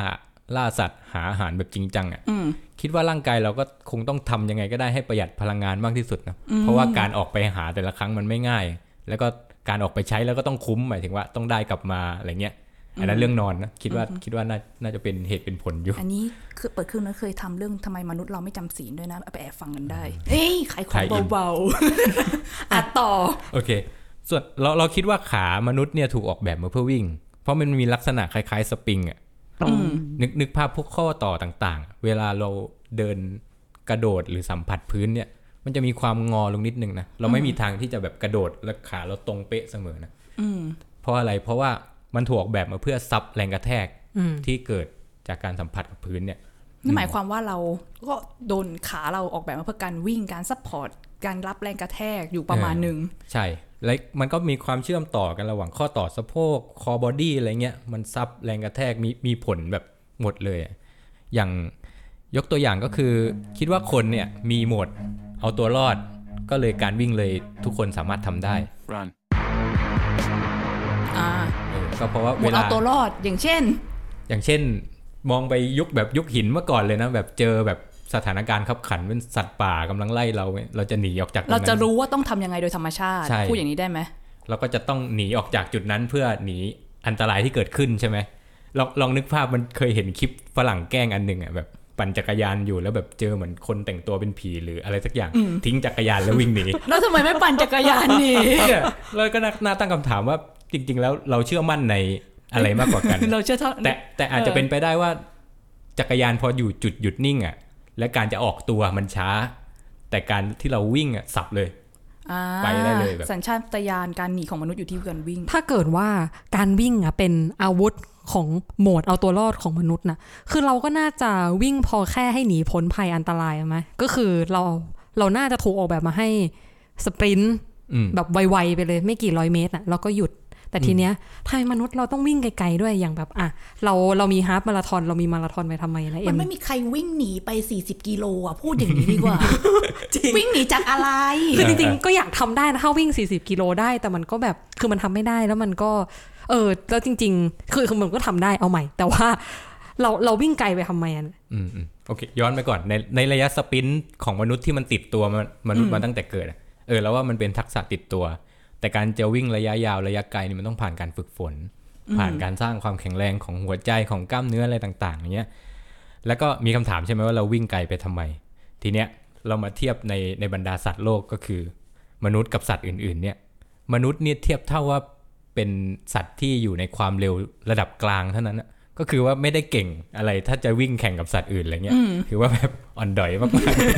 Speaker 8: ล่าสัตว์หาอาหารแบบจริงจังอะ่ะคิดว่าร่างกายเราก็คงต้องทำยังไงก็ได้ให้ประหยัดพลังงานมากที่สุดนะเพราะว่าการออกไปหาแต่ละครั้งมันไม่ง่าย แล้วก็การออกไปใช้แล้วก็ต้องคุ้มหมายถึงว่าต้องได้กลับมาอะไรเงี้ยอันนั้นเรื่องนอนนะคิดว่าคิดว่าน่าน่าจะเป็นเหตุเป็นผลอยู่
Speaker 6: อันนี้คือเปิดเครื่องนั้นเคยทำเรื่องทำไมมนุษย์เราไม่จำศีลด้วยนะเอาไปแอบฟังกันได้ เอ้ยขายของ
Speaker 8: ขายอิน
Speaker 6: เบาๆ อัดต่อ
Speaker 8: โอเค ส่วนเราเราคิดว่าขามนุษย์เนี่ยถูกออกแบบมาเพื่อวิ่ง เพราะมันมีลักษณะคล้ายๆสปริงอ่ะนึกนึกภาพพวกข้อต่อต่างๆ เวลาเราเดินกระโดดหรือสัมผัสพื้นเนี่ย มันจะมีความงอลงนิดนึงนะ เราไม่มีทางที่จะแบบกระโดดแล้วขาเราตรงเป๊ะเสมอนะเพราะอะไรเพราะว่ามันถูกออกแบบมาเพื่อซับแรงกระแทกที่เกิดจากการสัมผัสกับพื้นเนี่ย
Speaker 6: นั่นหมายความว่าเราก็โดนขาเราออกแบบมาเพื่อการวิ่งการซัพพอร์ตการรับแรงกระแทกอยู่ประมาณหนึ่ง
Speaker 8: ใช่ และมันก็มีความเชื่อมต่อกันระหว่างข้อต่อสะโพก คอบอดี้อะไรเงี้ย มันซับแรงกระแทกมีมีผลแบบหมดเลยอะอย่างยกตัวอย่างก็คือ คิดว่าคนเนี่ยมีโหมดเอาตัวรอด ก็เลยการวิ่งเลยทุกคนสามารถทำได้
Speaker 2: Run.
Speaker 6: อ่า
Speaker 8: เออก็เพราะว่า
Speaker 6: หม
Speaker 8: เว
Speaker 6: ด
Speaker 8: ลา
Speaker 6: เอาตัวรอดอย่างเช่น
Speaker 8: อย่างเช่น มองไปยุคแบบยุคหินเมื่อก่อนเลยนะ แบบเจอแบบสถานการณ์ขับขันเป็นสัตว์ป่ากำลังไล่เราเนี่ยเราจะหนีออกจากตง
Speaker 6: เรา
Speaker 8: นั้น
Speaker 6: จะรู้ว่าต้องทำยังไงโดยธรรมชาติ
Speaker 8: ใช่
Speaker 6: พูดอย่างนี้ได้ไหม
Speaker 8: เราก็จะต้องหนีออกจากจุดนั้นเพื่อหนีอันตรายที่เกิดขึ้นใช่ไหมลองลองนึกภาพมันเคยเห็นคลิปฝรั่งแกล้งอันหนึ่งอ่ะแบบปั่นจักรยานอยู่แล้วแบบเจอเหมือนคนแต่งตัวเป็นผีหรืออะไรสักอย่าง ทิ้งจักรยานแล้ววิ่งหนี
Speaker 6: แล้วทำไมไม่ปั่นจักรยานหนี่
Speaker 8: เนี่ยแล้วก็น่าน่าตั้งคำถามว่าจริง ๆ แล้วเราเชื่อมั่นในอะไรมากกว่ากัน
Speaker 6: เราเชื่อเท่า
Speaker 8: แต่แต่อาจจะเป็นไปได้ว่า จักรยานพออยู่จุดหยุดนิ่งอ่ะและการจะออกตัวมันช้า แต่การที่เราวิ่งอ่ะสับเลย
Speaker 6: อ่า
Speaker 8: ไปได้เลยแบบ
Speaker 6: สัญชาตญาณการหนีของมนุษย์อยู่ที่การวิ่ง
Speaker 5: ถ้าเกิดว่าการวิ่งอะเป็นอาวุธของโหมดเอาตัวรอดของมนุษย์นะคือเราก็น่าจะวิ่งพอแค่ให้หนีพ้นภัยอันตรายไหมก็คือเราเราน่าจะถูกออกแบบมาให้สปรินต์
Speaker 8: อืม
Speaker 5: แบบไวๆไปเลยไม่กี่ร้อยเมตรอะเราก็หยุด แต่ทีเนี้ยทำไมมนุษย์เราต้องวิ่งไกลๆด้วยอย่างแบบอ่ะเราเรามีฮาล์ฟมาราธอนเรามีมาราธอนไปทำไมนะเอ็
Speaker 6: มัน
Speaker 5: ม
Speaker 6: ไม่มีใครวิ่งหนีไป 40 กิโลอ่ะ พูดอย่างนี้ดีกว่า วิ่งหนีจากอะไร
Speaker 5: คือจริงๆก็อยากทำได้นะถ้าวิ่ง 40 กิโลได้ แต่มันก็แบบคือมันทำไม่ได้แล้วมันก็ เออแล้วจริง ๆ คือคือมันก็ทำได้เอาใหม่ แต่ว่าเราเราวิ่งไกลไปทำไมอะ
Speaker 8: อืมอืมโอเค ย้อนไปก่อนในในระยะสปรินต์ของมนุษย์ที่มันติดตัวมันมนุษย์มาตั้งแต่เกิดอะเออแล้วว่ามันเป็นทักษะติดตัว แต่การจะวิ่งระยะยาวระยะไกลนี่มันต้องผ่านการฝึกฝน ผ่านการสร้างความแข็งแรงของหัวใจของกล้ามเนื้ออะไรต่างๆอย่างเงี้ยแล้วก็มีคำถามใช่ไหมว่าเราวิ่งไกลไปทำไม ทีเนี้ยเรามาเทียบในในบรรดาสัตว์โลกก็คือ มนุษย์กับสัตว์อื่น ๆ เนี่ย มนุษย์เนี่ยเทียบเท่าว่าเป็นสัตว์ที่อยู่ในความเร็วระดับกลางเท่านั้นนะก็คือว่าไม่ได้เก่งอะไรถ้าจะวิ่งแข่งกับสัตว์อื่นอะไรเงี้ยคือว่าแบบอ่อนดอยมาก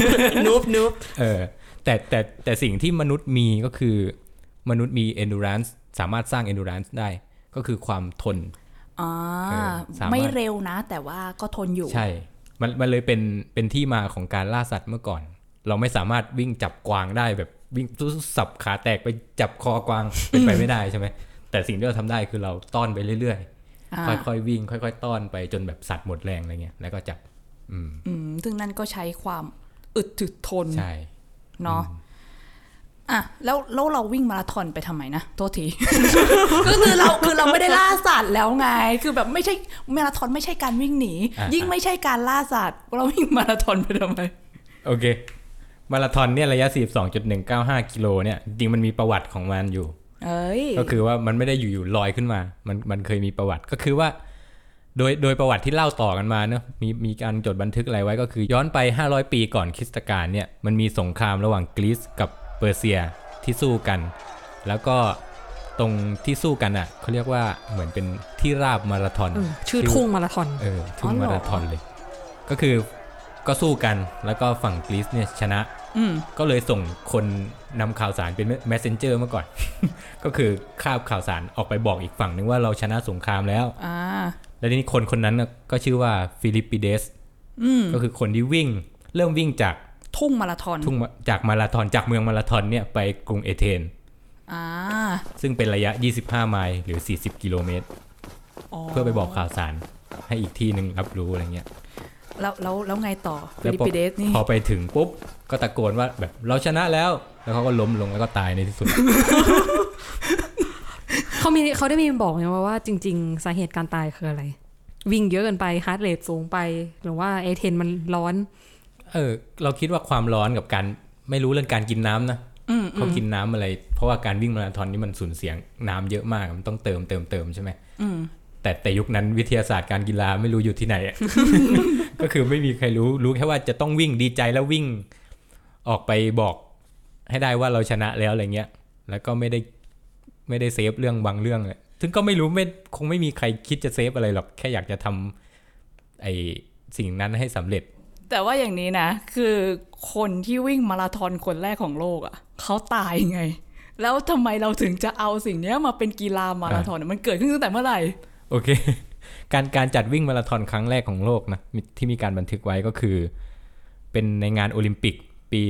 Speaker 5: นูบนูบ
Speaker 8: ๆ เออแต่แต่แต่สิ่งที่มนุษย์มีก็คือ มนุษย์มี endurance สามารถสร้าง endurance ได้ ก็คือความทน
Speaker 6: อ่า
Speaker 8: เออสามารถ
Speaker 6: ไม่เร็วนะ แต่ว่าก็ทนอยู่
Speaker 8: ใช่ มันมันเลยเป็นเป็นที่มาของการล่าสัตว์เมื่อก่อน เราไม่สามารถวิ่งจับกวางได้แบบวิ่งสู้สับขาแตกไปจับคอก วางเป็นไปไม่ได้ใช่ไหม แต่สิ่งที่เราทำได้คือเราต้อนไปเรื่อยๆ
Speaker 6: อ่า
Speaker 8: ค่อยๆวิ่ง ค่อยๆ ต้อนไปจนแบบสัตว์หมดแรงอะไรเงี้ย แล้วก็จับ อืม
Speaker 6: อืมซึ่งนั่นก็ใช้ความอึดถึกทน
Speaker 8: ใช่
Speaker 6: เนาะ อ่ะ แล้วแล้วเราวิ่งมาราธอนไปทำไมนะ โทษที ก็คือเราคือเราไม่ได้ล่าสัตว์แล้วไง คือแบบไม่ใช่มาราธอนไม่ใช่การวิ่งหนี
Speaker 8: อ่ะ
Speaker 6: ยิ่งไม่ใช่การล่าสัตว์ เราวิ่งมาราธอนไปทำไม
Speaker 8: โอเค มาราธอนเนี่ยระยะ 42.195 กิโลเนี่ย จริงๆมันมีประวัติของมันอยู่
Speaker 6: เอ้ย
Speaker 8: ก็คือว่ามันไม่ได้อยู่ๆลอยขึ้นมา มันมันเคยมีประวัติก็คือว่า โดยโดยประวัติที่เล่าต่อกันมาเนอะมีมีการจดบันทึกอะไรไว้ก็คือ ย้อนไป 500 ปีก่อนคริสตกาลเนี่ยมันมีสงครามระหว่างกรีซกับเปอร์เซียที่สู้กัน แล้วก็ตรงที่สู้กันอ่ะเขาเรียกว่าเหมือนเป็นที่ราบมาราธอน
Speaker 5: เออชื่อทุ่งมาราธอน
Speaker 8: เออทุ่ง
Speaker 6: อ๋อเหร
Speaker 8: มา
Speaker 6: อ
Speaker 8: ราธอนเลย ก็คือก็สู้กันแล้วก็ฝั่งกรีซเนี่ยชนะ
Speaker 6: อืม
Speaker 8: ก็เลยส่งคนนำข่าวสารเป็น messenger มาก่อน ก็คือข้าบข่าวสารออกไปบอกอีกฝั่งนึงว่าเราชนะสงครามแล้ว
Speaker 6: อ่า
Speaker 8: แล้วทีนี้คนคนนั้นน่ะก็ชื่อว่าฟิลิปปิเดสก็คือคนที่วิ่ง เริ่มวิ่งจาก
Speaker 6: ทุ่งมาราธอน
Speaker 8: ทุ่งมาจากมาราธอนจากเมืองมาราธอนเนี่ยไปกรุงเอเธน
Speaker 6: อ่า
Speaker 8: ซึ่งเป็นระยะ 25 ไมล์หรือ 40 กิโลเมตร
Speaker 6: อ๋อ
Speaker 8: เพื่อไปบอกข่าวสารให้อีกที่หนึ่งรับรู้อะไรเงี้ย
Speaker 6: แล้วแล้วแล้วไงต่อฟิ
Speaker 8: แล้ว
Speaker 6: ลิป
Speaker 8: พอ
Speaker 6: ปิเดสนี่
Speaker 8: พอไปถึงปุ๊บ ก็ตะโกนว่าแบบเราชนะแล้ว แล้วเขาก็ล้มลงแล้วก็ตายในที่สุด
Speaker 5: เขามีเขาได้มีบอกไหมว่าว่าจริง ๆ สาเหตุการตายคืออะไร วิ่งเยอะเกินไปฮาร์ดเรทสูงไป หรือว่าเอเทนมันร้อน
Speaker 8: เออ เราคิดว่าความร้อนกับการไม่รู้เรื่องการกินน้ำนะเขากินน้ำอะไร เพราะว่าการวิ่งมาราธอนนี่มันสูญเสียน้ำเยอะมากมันต้องเติมเติมเติมใช่ไหมแต่แต่ยุคนั้นวิทยาศาสตร์การกีฬาไม่รู้อยู่ที่ไหน อะ ก็คือไม่มีใครรู้รู้แค่ว่าจะต้องวิ่งดีใจแล้ววิ่ง ออกไปบอก ให้ได้ว่าเราชนะแล้วอะไรเงี้ย แล้วก็ไม่ได้ไม่ได้เซฟเรื่องบางเรื่องเลยซึ่งก็ไม่รู้ไม่คงไม่มีใครคิดจะเซฟอะไรหรอกแค่อยากจะทำไอสิ่งนั้นให้สำเร็จ
Speaker 6: แต่ว่าอย่างนี้นะ คือคนที่วิ่งมาราธอนคนแรกของโลกอะ่ะเขาตายไง แล้วทำไมเราถึงจะเอาสิ่งเนี้ยมาเป็นกีฬามาราธอนมันเกิดขึ้นตั้งแต่เมื่อไหร่
Speaker 8: โอเค การการจัดวิ่งมาราธอนครั้งแรกของโลกนะมีที่มีการบันทึกไว้ก็คือ เป็นในงานโอลิมปิกปี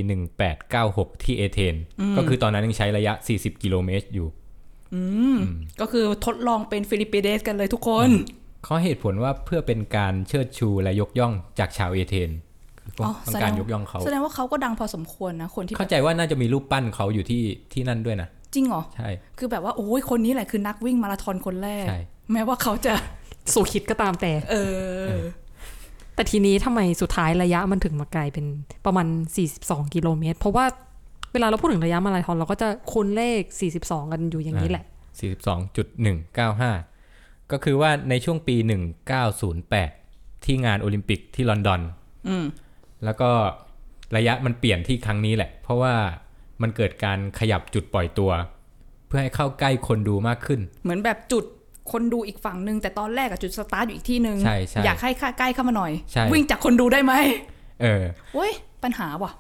Speaker 8: 1896 ที่เอเธนก็คือตอนนั้นยังใช้ระยะ 40 กิโลเมตรอยู่
Speaker 6: ก็คือทดลองเป็นฟิลิปปิเดสกันเลยทุกคน
Speaker 8: เขาให้เหตุผลว่าเพื่อเป็นการเชิดชูและยกย่องจากชาวเอเธนคืออ
Speaker 6: อ
Speaker 8: ต้อง
Speaker 6: แสดง
Speaker 8: การยกย่องเขา
Speaker 6: แสดงว่าเขาก็ดังพอสมควรนะ คนที่
Speaker 8: เข้าใจว่าน่าจะมีรูปปั้นเขาอยู่ที่ที่นั่นด้วยนะ
Speaker 6: จริงเหรอ
Speaker 8: ใช่
Speaker 6: คือแบบว่าโอ้ยคนนี้แหละคือนักวิ่งมาราธอนคนแรก
Speaker 8: ใช่
Speaker 6: แม้ว่าเขาจะ
Speaker 5: สู่คิดก็ตามแต่
Speaker 6: เออ
Speaker 5: แต่ทีนี้ทำไมสุดท้ายระยะมันถึงมาไกลเป็นประมาณ 42 กิโลเมตร เพราะว่าเวลาเราพูดถึงระยะมาราธอนเราก็จะคูณเลข 42 กันอยู่อย่างนี้แหละ
Speaker 8: 42.195 ก็คือว่าในช่วงปี 1908 ที่งานโอลิมปิกที่ลอนดอน
Speaker 6: อืม
Speaker 8: แล้วก็ระยะมันเปลี่ยนที่ครั้งนี้แหละ เพราะว่ามันเกิดการขยับจุดปล่อยตัว เพื่อให้เข้าใกล้คนดูมากขึ้น
Speaker 6: เหมือนแบบจุดคนดูอีกฝั่งหนึ่งแต่ตอนแรกอะจุดสตาร์ทอยู่อีกที่หนึ่ง
Speaker 8: ใช่ใช่
Speaker 6: อยากให้ใกล้เข้ามาหน่อย
Speaker 8: ใช่
Speaker 6: วิ่งจากคนดูได้ไหม
Speaker 8: เออ
Speaker 6: โอ้ยปัญหาว่ะ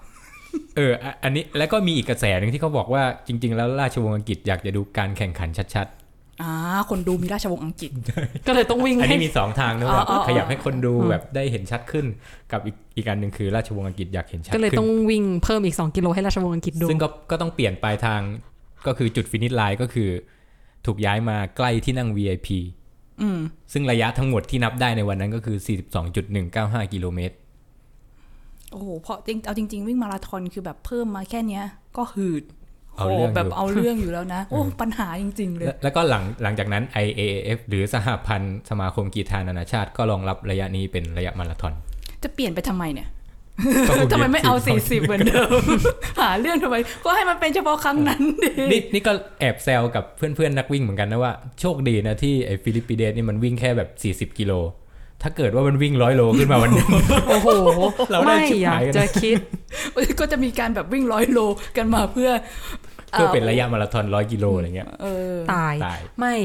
Speaker 8: เอออ่ะอันนี้แล้วก็มีอีกกระแสหนึ่งที่เขาบอกว่าจริง ๆ แล้วราชวงศ์อังกฤษอยากจะดูการแข่งขันชัด
Speaker 6: อ่า คนดูมีราชวงศ์อังก ฤษ
Speaker 5: ก็เลยต้องวิ่ง
Speaker 8: ๆ อัน
Speaker 5: ให้
Speaker 8: นี้มีสองทางนะ
Speaker 6: อ๋
Speaker 8: แบบ
Speaker 6: ออ๋ออ๋อ
Speaker 8: ขยับให้คนดูแบบได้เห็นชัดขึ้น กับอีกอีกอันหนึ่งคือราชวงศ์อังกฤษอยากเห็นชัด
Speaker 5: ก็เลย
Speaker 8: ขึ้น
Speaker 5: ต้องวิ่งเพิ่มอีก 2 กิโลให้ราชวงศ์อังกฤษดู
Speaker 8: ซึ่งก็ก็ต้องเปลี่ยนปลายทางก็คือจุดฟินิชไลน์ก็คือ ถูกย้ายมาใกล้ที่นั่ง VIP ซึ่งระยะทั้งหมดที่นับได้ในวันนั้นก็คือ 42.195 กิโลเมตร
Speaker 6: โอ้โหเพราะจริงเอาจริง ๆ วิ่งมาราธอนคือแบบเพิ่มมาแค่เนี้ย ก็หืด
Speaker 8: เอา
Speaker 6: โอ้
Speaker 8: เรื่องอยู่
Speaker 6: แบบเอาเรื่องอยู่แล้วนะ โอ้ปัญหาจริง ๆ เลย
Speaker 8: และแล้วก็หลังหลังจากนั้น IAAF หรือสหพันธ์สมาคมกีฬานานาชาติก็รองรับระยะนี้เป็นระยะมาราธอน
Speaker 6: จะเปลี่ยนไปทำไมเนี่ย
Speaker 8: ก็คง
Speaker 6: ทำไมไม่เอา
Speaker 8: 42
Speaker 6: 40 เหมือนเดิม หาเรื่องทำไม ก็ให้มันเป็นเฉพาะครั้งนั้นดิ
Speaker 8: นี่นี่ก็แอบแซวกับเพื่อนๆ นักวิ่งเหมือนกันนะว่าโชคดีนะที่ไอ้ฟิลิปปิเดสนี่มันวิ่งแค่แบบ 40 กิโล ถ้าเกิดว่ามันวิ่งร้อยโลขึ้นมาวันหนึ ง
Speaker 5: โอ้โห
Speaker 8: เราได้
Speaker 5: ไม่
Speaker 8: ชิบ
Speaker 5: อยา
Speaker 8: หากยกัน
Speaker 5: จะคิด
Speaker 6: ก็จะมีการแบบวิ่งร้อยโลกันมาเพื่อ
Speaker 8: เพื่อเป็นระยะมาราธอนร้อยกิโลอะไรเงี้ย
Speaker 6: เออ
Speaker 5: ตาย
Speaker 8: ตาย
Speaker 5: ไม่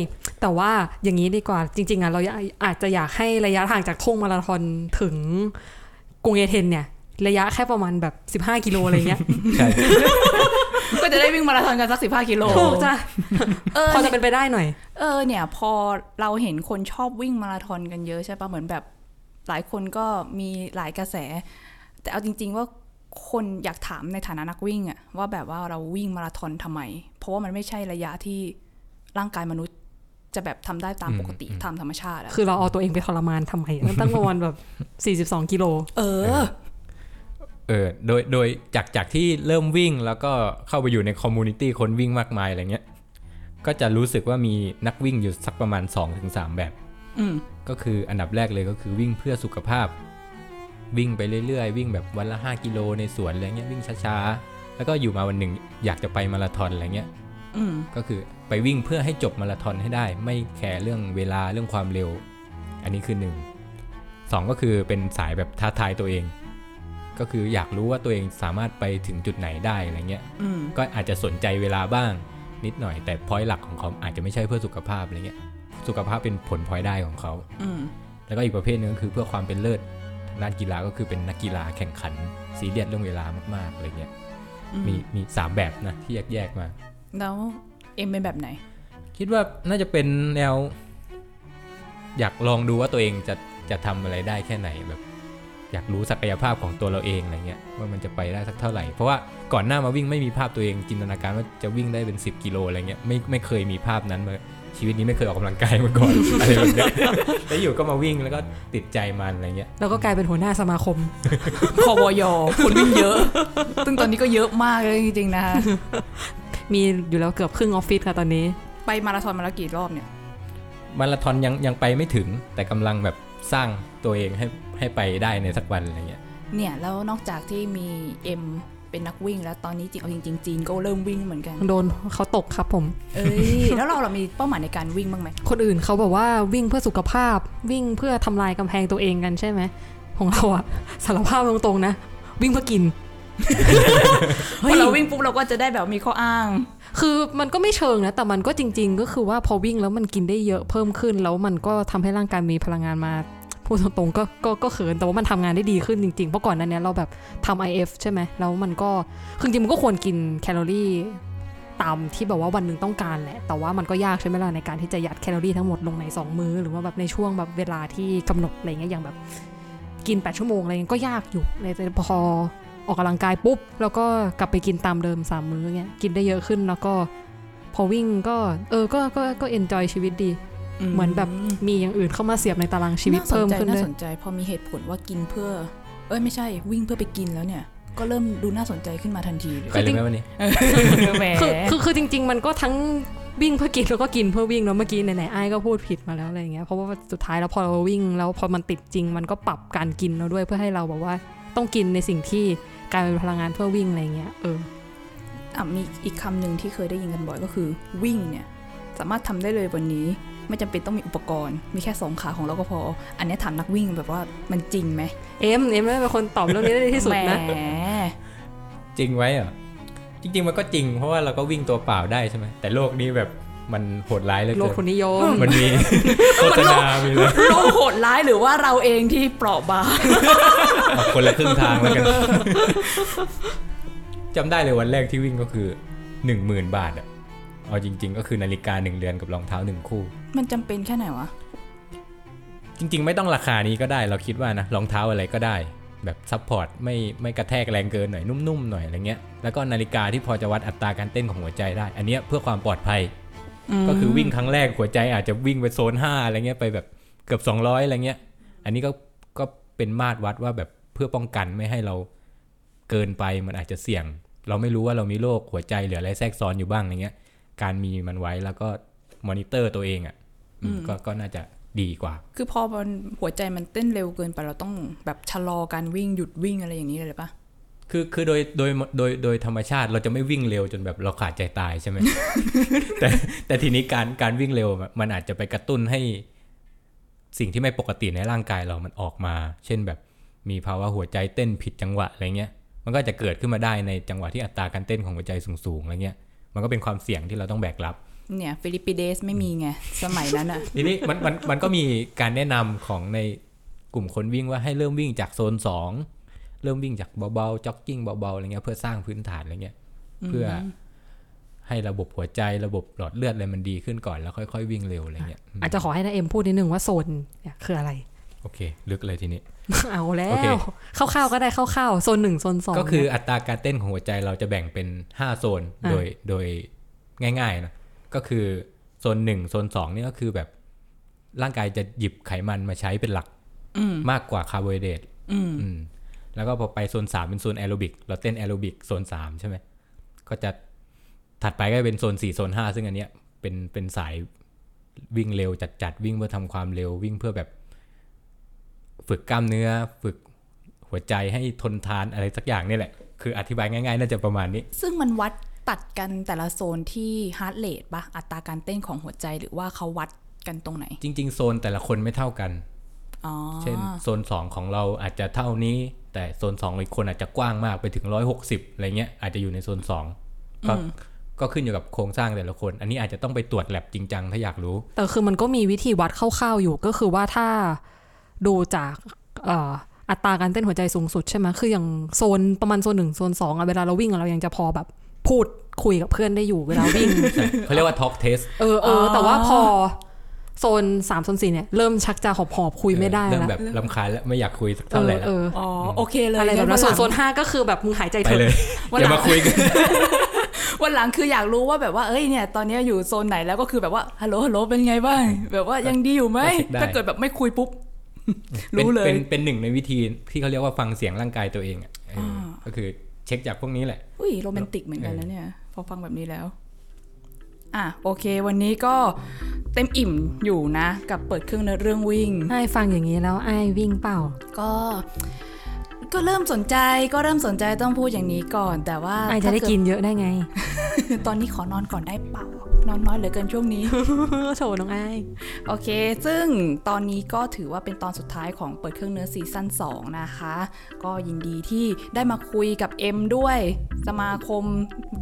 Speaker 5: แต่ว่าอย่างนี้ดีกว่าจริง ๆอ่ะเราอยากอาจจะอยากให้ระยะทางจากทุ่งมาราธอนถึงกรุงเอเธนเนี่ย ระยะแค่ประมาณแบบ 15 กิโลอะไรเงี้ย
Speaker 8: ใช่
Speaker 6: ก็จะได้วิ่งมาราธอนกันสักสิบห้ากิโล
Speaker 5: ถูกจ้ะ
Speaker 6: เออ
Speaker 5: พอจะเป็นไปได้หน่อย
Speaker 6: เออเนี่ย พอเราเห็นคนชอบวิ่งมาราธอนกันเยอะใช่ปะเหมือนแบบ หลายคนก็มีหลายกระแส แต่เอาจริง ๆ ว่าคนอยากถามในฐานะนักวิ่งอะว่าแบบว่าเราวิ่งมาราธอนทำไม เพราะว่ามันไม่ใช่ระยะที่ร่างกายมนุษย์จะแบบทำได้ตามปกติตามธรรมชาติอะ
Speaker 5: คือเราเอาตัวเองไปทรมานทำไมอะตั้งประมาณแบบ 42 กิโล
Speaker 6: เออ
Speaker 8: เออโดยโดยจากจากที่เริ่มวิ่งแล้วก็เข้าไปอยู่ในคอมมูนิตี้คนวิ่งมากมายอะไรเงี้ย ก็จะรู้สึกว่ามีนักวิ่งอยู่สักประมาณ 2-3 แบบ
Speaker 6: อืม
Speaker 8: ก็คืออันดับแรกเลยก็คือวิ่งเพื่อสุขภาพ วิ่งไปเรื่อยๆ วิ่งแบบวันละ 5 กิโลในสวนอะไรเงี้ยวิ่งช้าๆ แล้วก็อยู่มาวันหนึ่งอยากจะไปมาราธอนอะไรเงี้ย
Speaker 6: อืม
Speaker 8: ก็คือไปวิ่งเพื่อให้จบมาราธอนให้ได้ ไม่แคร์เรื่องเวลาเรื่องความเร็ว อันนี้คือหนึ่งสองก็คือเป็นสายแบบท้าทายตัวเอง ก็คืออยากรู้ว่าตัวเองสามารถไปถึงจุดไหนได้อะไรเงี้ย
Speaker 6: อืม
Speaker 8: ก็อาจจะสนใจเวลาบ้าง นิดหน่อย แต่พอยหลักของเขาอาจจะไม่ใช่เพื่อสุขภาพอะไรเงี้ยสุขภาพเป็นผลพลอยได้ของเขา
Speaker 6: อืม
Speaker 8: แล้วก็อีกประเภทหนึงก็คือเพื่อความเป็นเลิศทางด้านกีฬาก็คือเป็นนักกีฬาแข่งขันซีเรียสเรื่องเวลามากๆอะไรเงี้ยมีมีสามแบบนะที่แยกๆมา
Speaker 6: แล้วเอ็มเป็นแบบไหน
Speaker 8: คิดว่าน่าจะเป็นแนว อยากลองดูว่าตัวเองจะจะทำอะไรได้แค่ไหนแบบ อยากรู้ศักยภาพของตัวเราเองอะไรเงี้ยว่ามันจะไปได้สักเท่าไหร่ เพราะว่าก่อนหน้ามาวิ่งไม่มีภาพตัวเองจินตนาการว่าจะวิ่งได้เป็น 10กิโลอะไรเงี้ยไม่ไม่เคยมีภาพนั้นมาชีวิตนี้ไม่เคยออกกำลังกายมาก่อน อะไรแบบเนี้ยแล้วอยู่ก็มาวิ่งแล้วก็ติดใจมันอะไรเงี้ย
Speaker 5: แล้วก็กลายเป็นหัวหน้าสมา คม
Speaker 6: พวยคุณวิ่งเยอะ ซึ่งตอนนี้ก็เยอะมากเลยจริงๆนะคะ
Speaker 5: มีอยู่แล้วเกือบครึ่งออฟฟิศค่ะตอนนี้
Speaker 6: ไปมาราธอนมาแล้วกี่รอบเนี่ย
Speaker 8: มาราธอนยังยังไปไม่ถึง แต่กำลังแบบสร้างตัวเองให้ให้ไปได้ในสักวันอะไรเงี้ย
Speaker 6: เนี่ย แล้วนอกจากที่มีเอ็มเป็นนักวิ่ง แล้วตอนนี้จริงเอาจริงๆจีนก็เริ่มวิ่งเหมือนกัน
Speaker 5: โดนเขาตกครับผม
Speaker 6: เอ้ย แล้วเราเรามีเป้าหมายในการวิ่งบ้างไหม
Speaker 5: คนอื่นเขาบอกว่าวิ่งเพื่อสุขภาพ วิ่งเพื่อทำลายกำแพงตัวเองกันใช่ไหม ของเราอะ สารภาพตรงๆนะ วิ่งเพื่อกิน
Speaker 6: พอเราวิ่งปุ๊บเราก็จะได้แบบมีข้ออ้าง
Speaker 5: คือมันก็ไม่เชิงนะ แต่มันก็จริง ๆ ก็คือว่าพอวิ่งแล้วมันกินได้เยอะเพิ่มขึ้น แล้วมันก็ทำให้ร่างกายมีพลังงานมาพูดตรงๆก็ก็ก็เขินแต่ว่ามันทำงานได้ดีขึ้นจริงๆ เพราะก่อนหนั้นเนี้ยเราแบบทำ IF ใช่ไหมแล้วมันก็คือจริงๆมันก็ควรกินแคลอรี่ตามที่แบบว่าวันหนึ่งต้องการแหละ แต่ว่ามันก็ยากใช่ไหมล่ะในการที่จะยัดแคลอรี่ทั้งหมดลงใน 2 มื้อ หรือว่าแบบในช่วงแบบเวลาที่กำหนดอะไรเงี้ยอย่างแบบกิน 8 ชั่วโมงอะไรเงี้ยก็ยากอยู่เลยแต่พอ ออกกำลังกายปุ๊บ แล้วก็กลับไปกินตามเดิมสามมื้อเงี้ยกินได้เยอะขึ้นแล้วก็ พอวิ่งก็ เออก็ก็ก็เอนจอยชีวิตดี เหมือนแบบมีอย่างอื่นเข้ามาเสียบในตารางชีวิตเพิ่มขึ้น
Speaker 6: น่าสนใจ
Speaker 5: ด้ว
Speaker 6: น่าย สนใจพอมีเหตุผลว่ากินเพื่อ เอ้ยไม่ใช่วิ่งเพื่อไปกินแล้วเนี่ย ก็เริ่มดูน่าสนใจขึ้นมาทันทีเลย
Speaker 8: ไปเลยไหมวันนี้
Speaker 6: แหม
Speaker 5: คือคือคือจริง ๆ มันก็ทั้งวิ่งเพื่อกินแล้วก็กินเพื่อวิ่งเนาะเมื่อกี้ไหนๆไอ้ายก็พูดผิดมาแล้วอะไรอย่างเงี้ยเพราะว่าสุดท้ายแล้วพอเราวิ่งแล้วพอมันติดจริง มันก็ปรับการกินเราด้วยเพื่อให้เราแบบว่าต้องกินในสิ่งที่กลายเป็นพลังงานเพื่อวิ่งอะไรอย่างเงี้ยเออ
Speaker 6: อ่ะมีอีกคำหนึ่งที่เคยได้ยินกันบ่อยก็คือ วิ่งเนี่ย สามารถทำได้เลยวันนี้ ไม่จำเป็นต้องมีอุปกรณ์ มีแค่สองขาของเราก็พอ อันเนี้ยถามนักวิ่งแบบว่ามันจริงไหม
Speaker 5: เอ็มเอ็มน่าจะเป็นคนตอบเรื่องนี้ได้ดีที่สุดนะ
Speaker 6: แหม
Speaker 8: จริงไว้เหรอจริง ๆ มันก็จริง เพราะว่าเราก็วิ่งตัวเปล่าได้ใช่ไหมแต่โลกนี้แบบมันโหดร้ายเหลย
Speaker 5: โลกทุนนิยม
Speaker 8: มันมี โฆษณามีเลย
Speaker 6: โลกโหดร้ายหรือว่าเราเองที่เปราะบาง
Speaker 8: เอาคนละครึ่งทางแล้วกันจำได้เลยวันแรกที่วิ่งก็คือหนึ่งหมื่นบาทอะเอาจริง ๆ ก็คือนาฬิกาหนึ่งเรือนกับรองเท้าหนึ่งคู่
Speaker 6: มันจำเป็นแค่ไหนวะ
Speaker 8: จริง ๆ ไม่ต้องราคานี้ก็ได้ เราคิดว่านะรองเท้าอะไรก็ได้ แบบซัพพอร์ตไม่ไม่กระแทกแรงเกินหน่อยนุ่มๆหน่อยอะไรเงี้ยแล้วก็นาฬิกาที่พอจะวัดอัตราการเต้นของหัวใจได้ อันเนี้ยเพื่อความปลอดภัย ก็คือวิ่งครั้งแรกหัวใจอาจจะวิ่งไปโซน 5 อะไรเงี้ยไปแบบเกือบ 200 อะไรเงี้ย อันนี้ก็ก็เป็นมาตรวัดว่าแบบเพื่อป้องกันไม่ให้เราเกินไปมันอาจจะเสี่ยง เราไม่รู้ว่าเรามีโรคหัวใจหรืออะไรแทรกซ้อนอยู่บ้างอะไรเงี้ย การมีมันไว้แล้วก็มอนิเตอร์ตัวเองอะ่ะอืมก็ก็น่าจะดีกว่า
Speaker 6: คือพอมันหัวใจมันเต้นเร็วเกินไปเราต้องแบบชะลอการวิ่งหยุดวิ่งอะไรอย่างนี้เลยหรือปะ
Speaker 8: คือคือโดยโดยโดยโดยธรรมชาติเราจะไม่วิ่งเร็วจนแบบเราขาดใจตายใช่ไหม แต่แต่ทีนี้การการวิ่งเร็วอะมันอาจจะไปกระตุ้นให้ สิ่งที่ไม่ปกติในร่างกายเรามันออกมา เช่นแบบมีภาวะหัวใจเต้นผิดจังหวะอะไรเงี้ย มันก็จะเกิดขึ้นมาได้ในจังหวะที่อัตราการเต้นของหัวใจสูงๆอะไรเงี้ยมันก็เป็นความเสี่ยงที่เราต้องแบกรับ
Speaker 6: เนี่ยฟิลิปปิเดสไม่มีไง สมัยนั้นอะ
Speaker 8: ทีนี้ มันมันมันก็มีการแนะนำของในกลุ่มคนวิ่งว่าให้เริ่มวิ่งจากโซน 2 เริ่มวิ่งจากเบาๆจ็อกกิ้งเบาๆอะไรเงี้ยเพื่อสร้างพื้นฐานอะไรเงี้ยเพื่อให้ระบบหัวใจระบบหลอดเลือดอะไรมันดีขึ้นก่อนแล้วค่อยๆวิ่งเร็วอะไรเงี้ยอืม
Speaker 5: อาจจะขอให้นาเอ็มพูดนิดนึงว่าโซนเนี่ยคืออะไร
Speaker 8: โอเค ลึกเลยทีนี้
Speaker 5: เอาแล้
Speaker 8: โอเค
Speaker 5: วคร่าวๆก็ได้คร่าวๆโซนหนึ่งโซนสอง
Speaker 8: ก็คือ
Speaker 5: เนี่ย
Speaker 8: อัตราการเต้นของหัวใจเราจะแบ่งเป็น 5 โซนโดยโดยง่ายๆนะก็คือโซน 1 โซน2เนี่ยก็คือแบบร่างกายจะหยิบไขมันมาใช้เป็นหลักมากกว่าคาร์โบไฮเดรตอืมแล้วก็พอไปโซน 3 เป็นโซนแอโรบิกเราเต้นแอโรบิกโซน 3 ใช่ไหมก็จะถัดไปก็เป็นโซน 4 โซน 5 ซึ่งอันเนี้ยเป็นเป็นสายวิ่งเร็วจัดๆวิ่งเพื่อทำความเร็ววิ่งเพื่อแบบ ฝึกกล้ามเนื้อฝึกหัวใจให้ทนทานอะไรสักอย่างเนี่ยแหละ คืออธิบายง่ายๆ น่าจะประมาณนี้
Speaker 6: ซึ่งมันวัด ตัดกันแต่ละโซนที่ฮาร์ดเรทปะอัตราการเต้นของหัวใจหรือว่าเขาวัดกันตรงไหน
Speaker 8: จริง ๆ โซนแต่ละคนไม่เท่ากัน
Speaker 6: อ๋อ
Speaker 8: เช่นโซน 2 ของเราอาจจะเท่านี้ แต่โซน 2 อีกคนอาจจะกว้างมากไปถึง 160 อะไรเงี้ยอาจจะอยู่ในโซน 2 ก็ก็ขึ้นอยู่กับโครงสร้างแต่ละคน อันนี้อาจจะต้องไปตรวจแลบจริงจังถ้าอยากรู้
Speaker 5: แต่คือมันก็มีวิธีวัดคร่าวๆอยู่ก็คือว่าถ้าดูจากเอ่ออัตราการเต้นหัวใจสูงสุดใช่ไหมคืออย่างโซนประมาณโซนหนึ่งโซนสองอะเวลาเราวิ่งอะเรายังจะพอแบบพูดคุยกับเพื่อนได้อยู่เวลาวิ่ง
Speaker 8: เขาเรียกว่าท็อกเทส
Speaker 5: เออเออแต่ว่าพอโซนสามโซนสี่เนี่ย เริ่มชักจะหอบหอบๆคุยไม่ได้
Speaker 8: เริ่ม
Speaker 5: ละ
Speaker 8: แบบลำคาญแล้วไม่อยากคุยสัก
Speaker 5: เอ
Speaker 8: เท่า
Speaker 5: อ
Speaker 8: ไหร่แล้ว
Speaker 5: เออ
Speaker 6: อ๋อ โอเคเลย
Speaker 5: อะไรแบบนั้นส่วน
Speaker 6: งั้
Speaker 5: โซนห้าก็คือแบบมึงหายใจ
Speaker 8: ไป
Speaker 5: เถอะ
Speaker 8: เลย
Speaker 5: วัน
Speaker 8: อ
Speaker 5: ห
Speaker 8: ย่า
Speaker 5: ลั
Speaker 8: มาง คุย กัน
Speaker 6: วันหลังคืออยากรู้ว่าแบบว่า เอ้ยเนี่ย ตอนเนี้ยอยู่โซนไหนแล้วก็คือแบบว่า ฮัลโหล ฮัลโหล เป็นไงบ้าง แบบว่ายังดีอยู่ไหม
Speaker 8: ก็เช็คได้
Speaker 6: ถ้าเกิดแบบไม่คุยปุ๊บ
Speaker 8: ป็น
Speaker 6: รู้เลย
Speaker 8: เป็นเป็นหนึ่งในวิธีที่เขาเรียกว่าฟังเสียงร่างกายตัวเองอะเออก็คือเช็คจากพวกนี้แหละ
Speaker 6: อุ้ยโรแมนติกเหมือนกันนะเนี่ย พอฟังแบบนี้แล้ว อ่ะ โอเค วันนี้ก็เต็มอิ่มอยู่นะ กับเปิดเครื่องเนื้อเรื่องวิ่ง
Speaker 5: ไอ้ฟังอย่างนี้แล้วไอ้วิ่งเปล่า
Speaker 6: ก็ก็เริ่มสนใจก็เริ่มสนใจต้องพูดอย่างนี้ก่อน แต่ว่า
Speaker 5: ไอ้จะได้
Speaker 6: ถ้าเ
Speaker 5: กินเยอะได้ไง
Speaker 6: ตอนนี้ขอนอนก่อนได้เปล่า นอนน้อยเหลือเกินช่วงนี้
Speaker 5: โชว์น้องไอ้
Speaker 6: โอเค ซึ่งตอนนี้ก็ถือว่าเป็นตอนสุดท้ายของเปิดเครื่องเนื้อซีซั่น2 นะคะ ก็ยินดีที่ได้มาคุยกับเอ็มด้วย สมาคม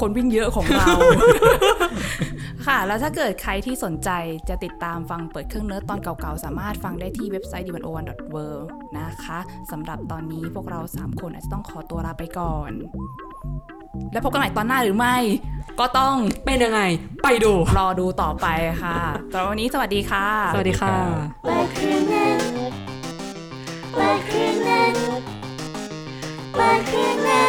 Speaker 6: คนวิ่งเยอะของเรา ค่ะ แล้วถ้าเกิดใครที่สนใจจะติดตามฟังเปิดเครื่องเนื้อตอนเก่าๆ สามารถฟังได้ที่เว็บไซต์ d 1 o 1 w o r l d นะคะสำหรับตอนนี้พวกเรา 3 คนอาจจะต้องขอตัวลาไปก่อน แล้วพบกันใหม่ตอนหน้าหรือไม่ ก็ต้อง
Speaker 5: เป็นยังไง ไปดู
Speaker 6: รอดูต่อไปค่ะสำหรับวันนี้สวัสดีค่ะ
Speaker 5: สวัสดีค่ะ
Speaker 4: La cremaine. La cremaine. La cremaine.